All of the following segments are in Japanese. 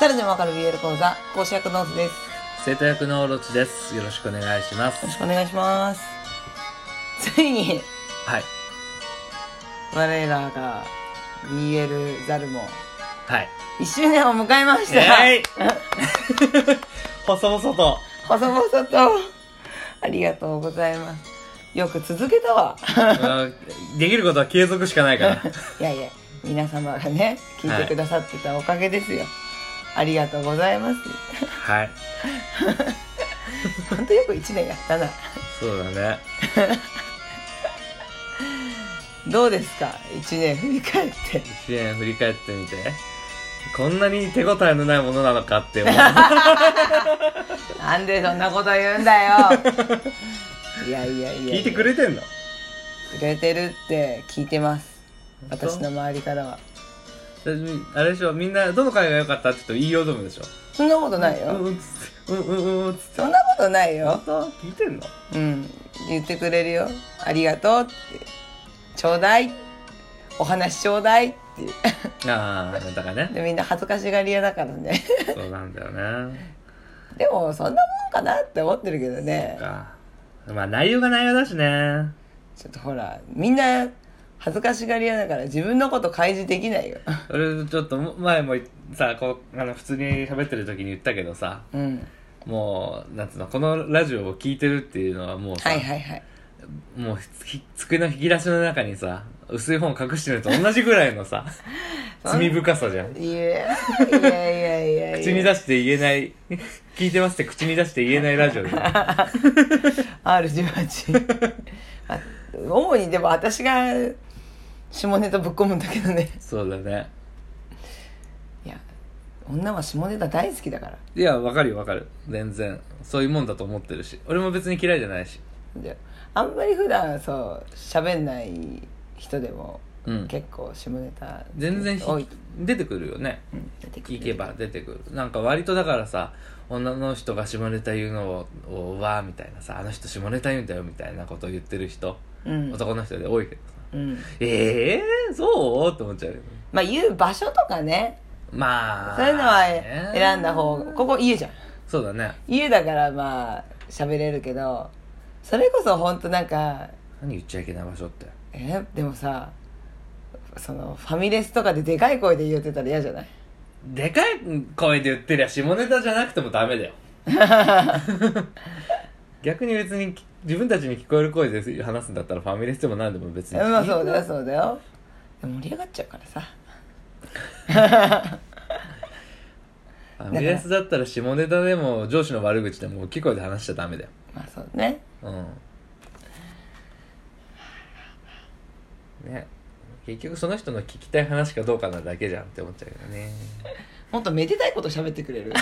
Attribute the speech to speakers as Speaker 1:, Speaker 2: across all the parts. Speaker 1: 誰でもわかる BL 講座、講師役ノーズです。
Speaker 2: 生徒役のオロチです。よろしくお願いします
Speaker 1: よろ。しくお願いします。ついに、
Speaker 2: はい。
Speaker 1: 我らが BL ザルも
Speaker 2: はい。
Speaker 1: 1周年を迎えました。
Speaker 2: えい細々と。
Speaker 1: 細々と、ありがとうございます。よく続けた わ。
Speaker 2: うんできることは継続しかないから。
Speaker 1: いやいや、皆様がね、聞いてくださってたおかげですよ。ありがとうございます。
Speaker 2: はい。
Speaker 1: ほんとよく1年やったな。
Speaker 2: そうだね。
Speaker 1: どうですか ?1 年振り返って。
Speaker 2: 一年振り返ってみて。こんなに手応えのないものなのかって思う。
Speaker 1: なんでそんなこと言うんだよ。 いやいやいや
Speaker 2: 聞いてくれてんの
Speaker 1: くれてるって聞いてます。
Speaker 2: 本当
Speaker 1: 私の周りからは。
Speaker 2: あれでしょみんな、どの回が良かったって言うと言いようとむでしょ
Speaker 1: そんなことない
Speaker 2: うん
Speaker 1: よ。
Speaker 2: うんつって、うんうんうんつって。
Speaker 1: そんなことないよ。
Speaker 2: 本当聞いてんの
Speaker 1: うん。言ってくれるよ。ありがとうって。ちょうだい。お話ちょうだいって。
Speaker 2: ああ、だからね。
Speaker 1: でみんな恥ずかしがり屋だからね。
Speaker 2: そうなんだよね。
Speaker 1: でもそんなもんかなって思ってるけどね。
Speaker 2: か。まあ内容が内容だしね。
Speaker 1: ちょっとほら、みんな恥ずかしがり屋だから自分のこと開示できないよ。
Speaker 2: 俺ちょっと前もさ、こう、あの、普通に喋ってる時に言ったけどさ、
Speaker 1: うん。
Speaker 2: もう、なんつうの、このラジオを聞いてるっていうのはもうさ、
Speaker 1: はいはいはい。
Speaker 2: もうひ机の引き出しの中にさ、薄い本隠してると同じぐらい のさ、罪深さじゃん。
Speaker 1: いやいやいやいやいや。
Speaker 2: 口に出して言えない、聞いてますって口に出して言えないラジオで。
Speaker 1: R18 あ主にでも私が下ネタぶっ込むんだけどね
Speaker 2: そうだね。
Speaker 1: いや女は下ネタ大好きだから
Speaker 2: いや、わかるよわかる。全然。そういうもんだと思ってるし。俺も別に嫌いじゃないし。
Speaker 1: であんまり普段そう喋んない人でも、
Speaker 2: うん
Speaker 1: 結構下ネタ
Speaker 2: 全然ひ
Speaker 1: 多い、
Speaker 2: 出てくるよね。
Speaker 1: うん出てくる
Speaker 2: 行けば出てくるなんか割とだからさ女の人が下ネタ言うのををわーみたいなさあの人下ネタ言うんだよみたいなことを言ってる人、
Speaker 1: うん
Speaker 2: 男の人で多いけどさ
Speaker 1: うん
Speaker 2: ええー、そうって思っちゃうよね
Speaker 1: まあ言う場所とかね
Speaker 2: まあ
Speaker 1: そういうのは
Speaker 2: ね
Speaker 1: 選んだ方がここ家じゃん
Speaker 2: そうだね
Speaker 1: 家だからまあ喋れるけどそれこそ本当なんか
Speaker 2: 何言っちゃいけない場所って
Speaker 1: えでもさそのファミレスとかででかい声で言ってたら嫌じゃない
Speaker 2: でかい声で言ってりゃ下ネタじゃなくてもダメ だよ逆に別に自分たちに聞こえる声で話すんだったらファミレスでも何でも別に
Speaker 1: まあそうだよそうだよ盛り上がっちゃうからさ
Speaker 2: ファミレスだったら下ネタでも上司の悪口でも大きい声で話しちゃダメだよ。
Speaker 1: まあそうね
Speaker 2: うん。ね。結局その人の聞きたい話かどうかなだけじゃんって思っちゃうけどね。
Speaker 1: もっとめでたいこと喋ってくれ る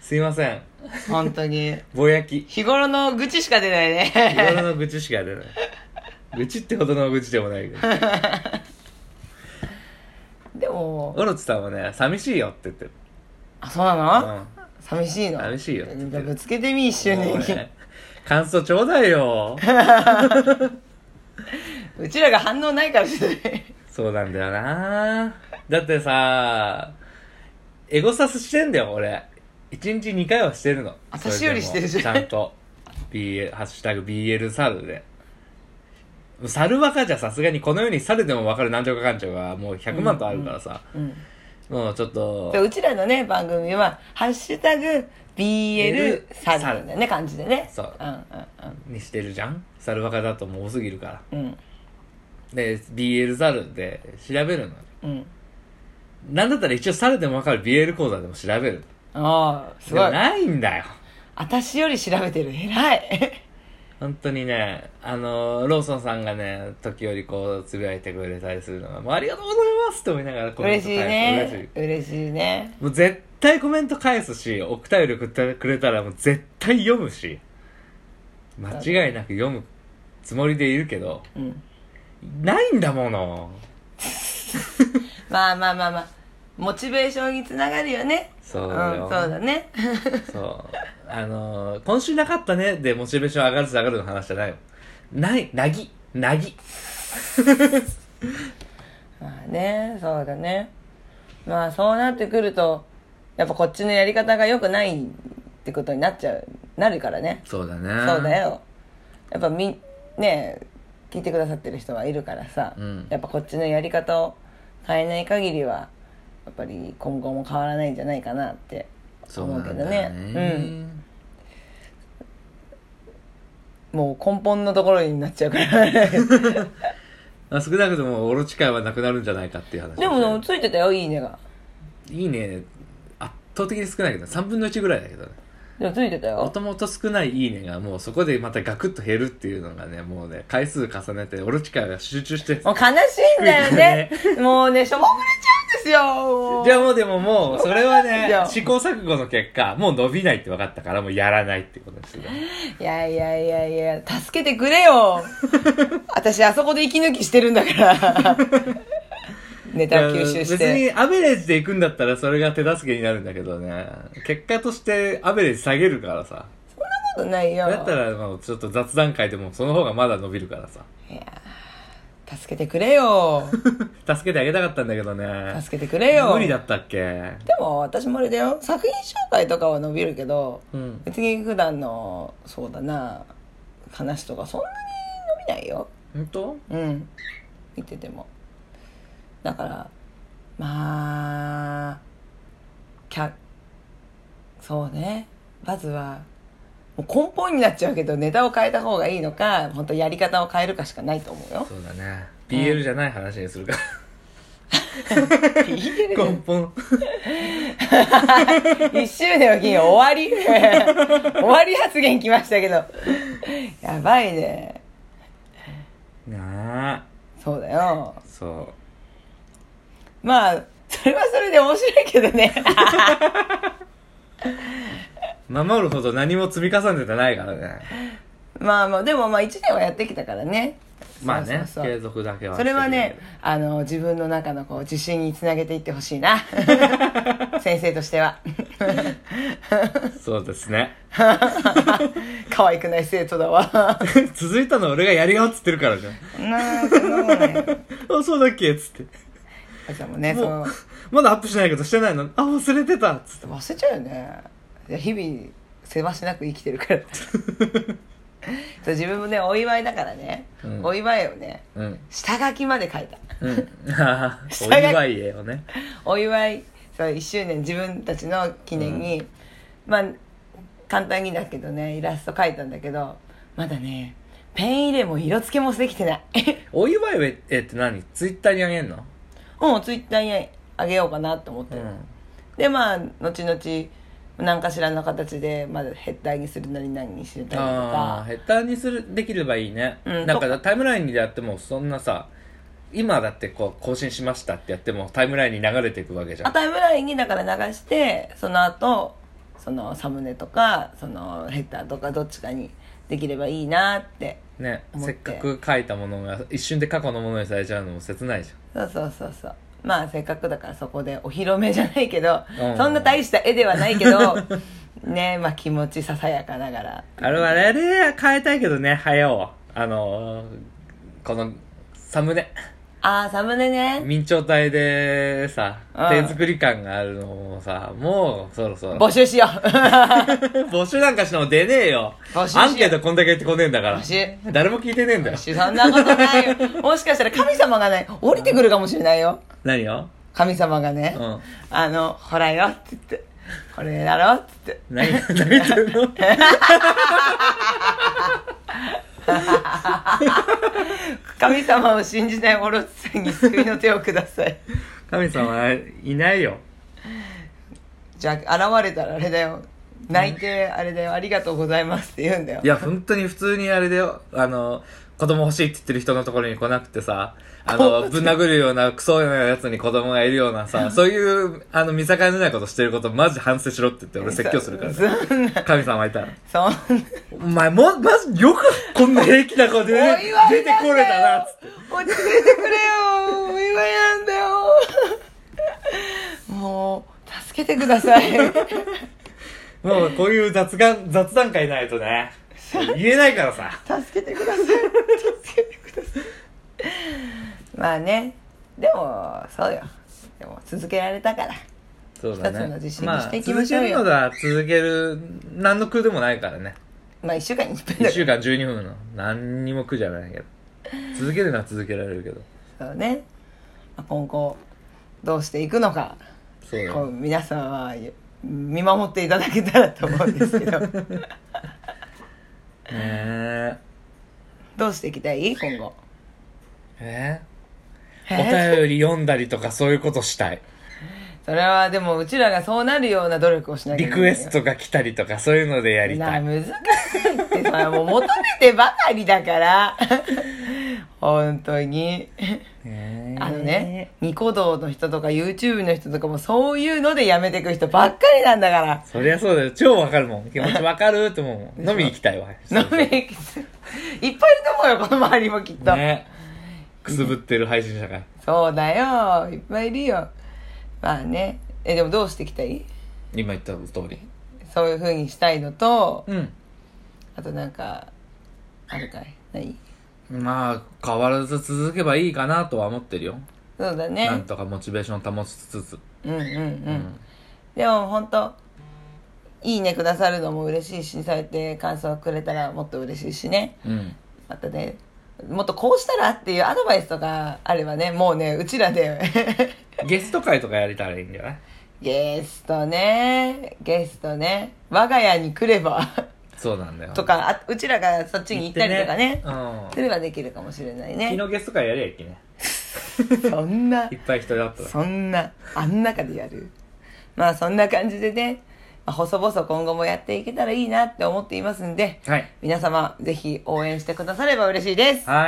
Speaker 2: すいません。
Speaker 1: 本当に
Speaker 2: ぼやき。
Speaker 1: 日頃の愚痴しか出ない
Speaker 2: 日
Speaker 1: ね
Speaker 2: 頃の愚痴しか出ない。 愚痴ってほどの愚痴でもないけど。
Speaker 1: でも
Speaker 2: オロチさんはね、寂しいよって言ってる。
Speaker 1: あそうな
Speaker 2: う
Speaker 1: の、
Speaker 2: ん。
Speaker 1: 寂しいの
Speaker 2: 寂しいよ
Speaker 1: じゃあぶつけてみ一周年
Speaker 2: もう
Speaker 1: に、
Speaker 2: ね感想ちょうだいよ。
Speaker 1: うちらが反応ないからしない
Speaker 2: そうなんだよなだってさエゴサスしてんだよ、俺。1日2回はしてるの。
Speaker 1: 私
Speaker 2: それでも
Speaker 1: よりしてるじゃん
Speaker 2: ちゃんと。BL、ハッシュタグ BL 猿で。猿バカじゃさすがにこの世に猿でもわかる何兆かかんちょがもう100万とあるからさ。
Speaker 1: うん
Speaker 2: もうちょっと
Speaker 1: で、うちらのね番組は「ハッシュタグ #BL サル」だよね感じでね
Speaker 2: そうん
Speaker 1: うん
Speaker 2: にしてるじゃん猿バカだともう多すぎるから。
Speaker 1: うんうん
Speaker 2: で、BL 猿で調べるの。
Speaker 1: うん
Speaker 2: なんだったら一応猿でもわかる BL 講座でも調べる。
Speaker 1: ああす
Speaker 2: で
Speaker 1: ご
Speaker 2: も
Speaker 1: い
Speaker 2: ないんだよ。
Speaker 1: 私より調べてる偉 い
Speaker 2: 本当にね、あのローソンさんがね、時折こう、つぶやいてくれたりするのが、もうありがとうございますって思いながらコメン
Speaker 1: 嬉
Speaker 2: ト
Speaker 1: し
Speaker 2: 返
Speaker 1: いね
Speaker 2: す。嬉し
Speaker 1: 嬉しいね
Speaker 2: い。もう絶対コメント返すし、お便り送ってくれたらもう絶対読むし、間違いなく読むつもりでいるけど、
Speaker 1: うん
Speaker 2: ないんだもの。
Speaker 1: まあまあまあまあモチベーションにつながるよね
Speaker 2: そう
Speaker 1: うん
Speaker 2: だよ
Speaker 1: そうだね
Speaker 2: そう。あの今週なかったねでモチベーション上がる下がるの話じゃないよ。ない、なぎ、なぎ。
Speaker 1: まあねそうだねまあそうなってくるとやっぱこっちのやり方が良くないってことになっちゃうなるからね
Speaker 2: そうだね
Speaker 1: そうだよやっぱみねえ聞いてくださってる人はいるからさ、
Speaker 2: うん
Speaker 1: やっぱこっちのやり方を変えない限りはやっぱり今後も変わらないんじゃないかなって
Speaker 2: そう
Speaker 1: 思
Speaker 2: な
Speaker 1: うん
Speaker 2: だ
Speaker 1: け
Speaker 2: よ
Speaker 1: ど
Speaker 2: ね
Speaker 1: ねうん、もう根本のところになっちゃうから
Speaker 2: まあ少なくともオロチ会はなくなるんじゃないかっていう話
Speaker 1: でもついてたよ「いいね」が
Speaker 2: いいね圧倒的に少ないけど3分の1ぐらいだけどね
Speaker 1: でもついてた
Speaker 2: も
Speaker 1: よ
Speaker 2: ともと少ないいいねがもうそこでまたガクッと減るっていうのがねもうね回数重ねてオロチ会が集中して
Speaker 1: もう悲しいんだよ ねもうねしょぼくれちゃうんですよ
Speaker 2: じゃあもうでももうそれはね
Speaker 1: いや
Speaker 2: 試行錯誤の結果もう伸びないって分かったからもうやらないってことですよ
Speaker 1: いやいやいやいや、助けてくれ よ。私、あそこで息抜きしてるんだから。 ネタを吸収し
Speaker 2: 別
Speaker 1: て。
Speaker 2: にアベレージで行くんだったらそれが手助けになるんだけどね結果としてアベレージ下げるからさ
Speaker 1: そんなことないよ。
Speaker 2: だったらまあちょっと雑談会でもその方がまだ伸びるからさ
Speaker 1: 助けてくれ よ。
Speaker 2: 助けてあげたかったんだけどね
Speaker 1: 助けてくれよ。
Speaker 2: 無理だったっけ
Speaker 1: でも、私もあれだよ。作品紹介とかは伸びるけど、
Speaker 2: うん
Speaker 1: 別に普段の、そうだな、話とかそんなに伸びないよ。
Speaker 2: 本当
Speaker 1: うん見ててもだからまあ客そうねまずはもう根本になっちゃうけどネタを変えた方がいいのか本当やり方を変えるかしかないと思うよ
Speaker 2: そうだね BL じゃない話にするか
Speaker 1: 1
Speaker 2: 根本
Speaker 1: 周年の金曜終わり 終わり発言きましたけどやばいね
Speaker 2: なあ
Speaker 1: そうだよ
Speaker 2: そう
Speaker 1: まあそれはそれで面白いけど ね
Speaker 2: 守るほど何も積み重ねてないからね
Speaker 1: まあまあでもまあ1年はやってきたからね
Speaker 2: まあね
Speaker 1: そうそうそう
Speaker 2: 継続だけは
Speaker 1: それは
Speaker 2: してる
Speaker 1: ね
Speaker 2: けど
Speaker 1: あの自分の中のこう自信につなげていってほしい な先生としては
Speaker 2: そうですね
Speaker 1: 可愛くない生徒だわ
Speaker 2: 続いたの俺がやりようっつってるか らね
Speaker 1: なあそんなもんね
Speaker 2: あそうだっけっつって
Speaker 1: あちゃんもねそ
Speaker 2: も
Speaker 1: の
Speaker 2: うまだアップしないけどしてないのあ忘れてたっつって
Speaker 1: 忘れちゃうよねいや日々せわしなく生きてる からそう自分もねお祝いだからね、
Speaker 2: うん
Speaker 1: お祝いをね
Speaker 2: うん
Speaker 1: 下書きまで書いた
Speaker 2: うんあ ー
Speaker 1: 下書き
Speaker 2: お祝い絵をね
Speaker 1: お祝いそう1周年自分たちの記念に、まあ簡単にだけどねイラスト描いたんだけどまだねペン入れも色付けもできてない
Speaker 2: お祝い絵って何ツイッターにあげんの
Speaker 1: もうツイッターにあげようかなと思って
Speaker 2: う
Speaker 1: る、
Speaker 2: ん
Speaker 1: でまあ後々何かしらの形でまだヘッダーにするなり何にしてたりと
Speaker 2: ああ
Speaker 1: か
Speaker 2: ヘッダーにするできればいいね、
Speaker 1: うん
Speaker 2: なんかタイムラインにやってもそんなさ今だってこう更新しましたってやってもタイムラインに流れていくわけじゃ
Speaker 1: あ
Speaker 2: ん
Speaker 1: タイムラインにだから流してその後そのサムネとかそのヘッダーとかどっちかにできればいいなって
Speaker 2: ね
Speaker 1: 思っ
Speaker 2: せってかく書いたものが一瞬で過去のものにされちゃうのも切ないじ
Speaker 1: そうそうそうそうまあせっかくだからそこでお披露目じゃないけど、
Speaker 2: うん
Speaker 1: そんな大した絵ではないけど ねまあ気持ちささやかながら
Speaker 2: ゃんあれはあれ変えたいけどね早うあのーこのサムネ
Speaker 1: ああサムネね
Speaker 2: 明朝体でさ
Speaker 1: うん
Speaker 2: 手作り感があるのもさもうそろそろ
Speaker 1: 募集し よう
Speaker 2: 募集なんかしても出ねえよ
Speaker 1: 募集しよう
Speaker 2: アンケートこんだけ言ってこねえんだから
Speaker 1: 募集
Speaker 2: 誰も聞いてねえんだよ
Speaker 1: そんなことないよもしかしたら神様がね降りてくるかもしれないよ
Speaker 2: 何よ
Speaker 1: 神様がね、
Speaker 2: うん
Speaker 1: あの「ほらよ」って言って「これだろ」って言って
Speaker 2: 何 何言ってるの
Speaker 1: 神様を信じないオロチさんに救いの手をください
Speaker 2: 神様はいないよ
Speaker 1: じゃあ現れたらあれだよ泣いてあれだよありがとうございますって言うんだよ
Speaker 2: いや本当に普通にあれだよあの子供欲しいって言ってる人のところに来なくてさあのぶん殴るようなクソなやつに子供がいるようなさそういうあの見境のないことしてることマジ反省しろって言って俺説教するから、ね、
Speaker 1: そんな
Speaker 2: 神様いたら
Speaker 1: そんな
Speaker 2: お前もうマジよくこんな平気な顔で、
Speaker 1: お
Speaker 2: ね
Speaker 1: 祝いなんだよ、
Speaker 2: 出てこれたなっつって
Speaker 1: 落ち着いてくれよお祝いなんだよもう助けてくださ い
Speaker 2: もうこういう雑談雑談会ないとね言えないからさ
Speaker 1: 助けてください助けてくださいまあねでもそうよでも続けられたから
Speaker 2: そうだ
Speaker 1: 二つ
Speaker 2: ね
Speaker 1: の自信に
Speaker 2: ま
Speaker 1: し
Speaker 2: あ
Speaker 1: ていきま
Speaker 2: 続
Speaker 1: し
Speaker 2: け
Speaker 1: ょう
Speaker 2: る
Speaker 1: よ
Speaker 2: のだ続ける何の苦でもないか らね
Speaker 1: まあ1週間にいっぱい
Speaker 2: 1
Speaker 1: だか
Speaker 2: 週間12分の何にも苦じゃないけど続けるのは続けられるけど
Speaker 1: らね、まあ、今後どうしていくのか
Speaker 2: そうだ
Speaker 1: こう
Speaker 2: ね
Speaker 1: 皆さんは見守っていただけたらと思うんですけ ど
Speaker 2: ねえ
Speaker 1: どうしていきたい今後
Speaker 2: え
Speaker 1: え
Speaker 2: ーお便り読んだりとかそういうことしたい
Speaker 1: それはでもうちらがそうなるような努力をしなきゃ
Speaker 2: リ
Speaker 1: いけない
Speaker 2: クエストが来たりとかそういうのでやり
Speaker 1: な
Speaker 2: た
Speaker 1: あ
Speaker 2: い
Speaker 1: 難しいってそれはもう求めてばかりだから 本当に
Speaker 2: ねえ
Speaker 1: あのねニコ動の人とか YouTube の人とかもそういうのでやめていく人ばっかりなんだから
Speaker 2: そりゃそうだよ超わかるもん気持ちわかるって思うもん飲み行きたいわ
Speaker 1: 飲み行きたいいっぱいいると思うよこの周りもきっと、
Speaker 2: ねくすぶってる配信者が
Speaker 1: そうだよいっぱいいるよまあねえでもどうしていきたい
Speaker 2: 今言った通り
Speaker 1: そういうふうにしたいのと
Speaker 2: うん
Speaker 1: あとなんかあるかいない
Speaker 2: まあ変わらず続けばいいかなとは思ってるよ
Speaker 1: そうだね
Speaker 2: なんとかモチベーション保ちつつ
Speaker 1: うんうんうん、でも本当いいねくださるのも嬉しいしそうやって感想をくれたらもっと嬉しいしね
Speaker 2: うん
Speaker 1: またねもっとこうしたらっていうアドバイスとかあればねもうねうちらで
Speaker 2: ゲスト会とかやれたらいいんじゃない
Speaker 1: ゲストねゲストね我が家に来れば
Speaker 2: そうなんだよ
Speaker 1: とかあうちらがそっちに行ったりとかね
Speaker 2: うん
Speaker 1: すればできるかもしれないね
Speaker 2: 昨日ゲスト会やりゃいいね
Speaker 1: そんない
Speaker 2: っぱい人だったら
Speaker 1: そんな、あん中でやる。まあそんな感じでね、まあ細々今後もやっていけたらいいなって思っていますんで、
Speaker 2: はい
Speaker 1: 皆様ぜひ応援してくだされば嬉しいです。
Speaker 2: はい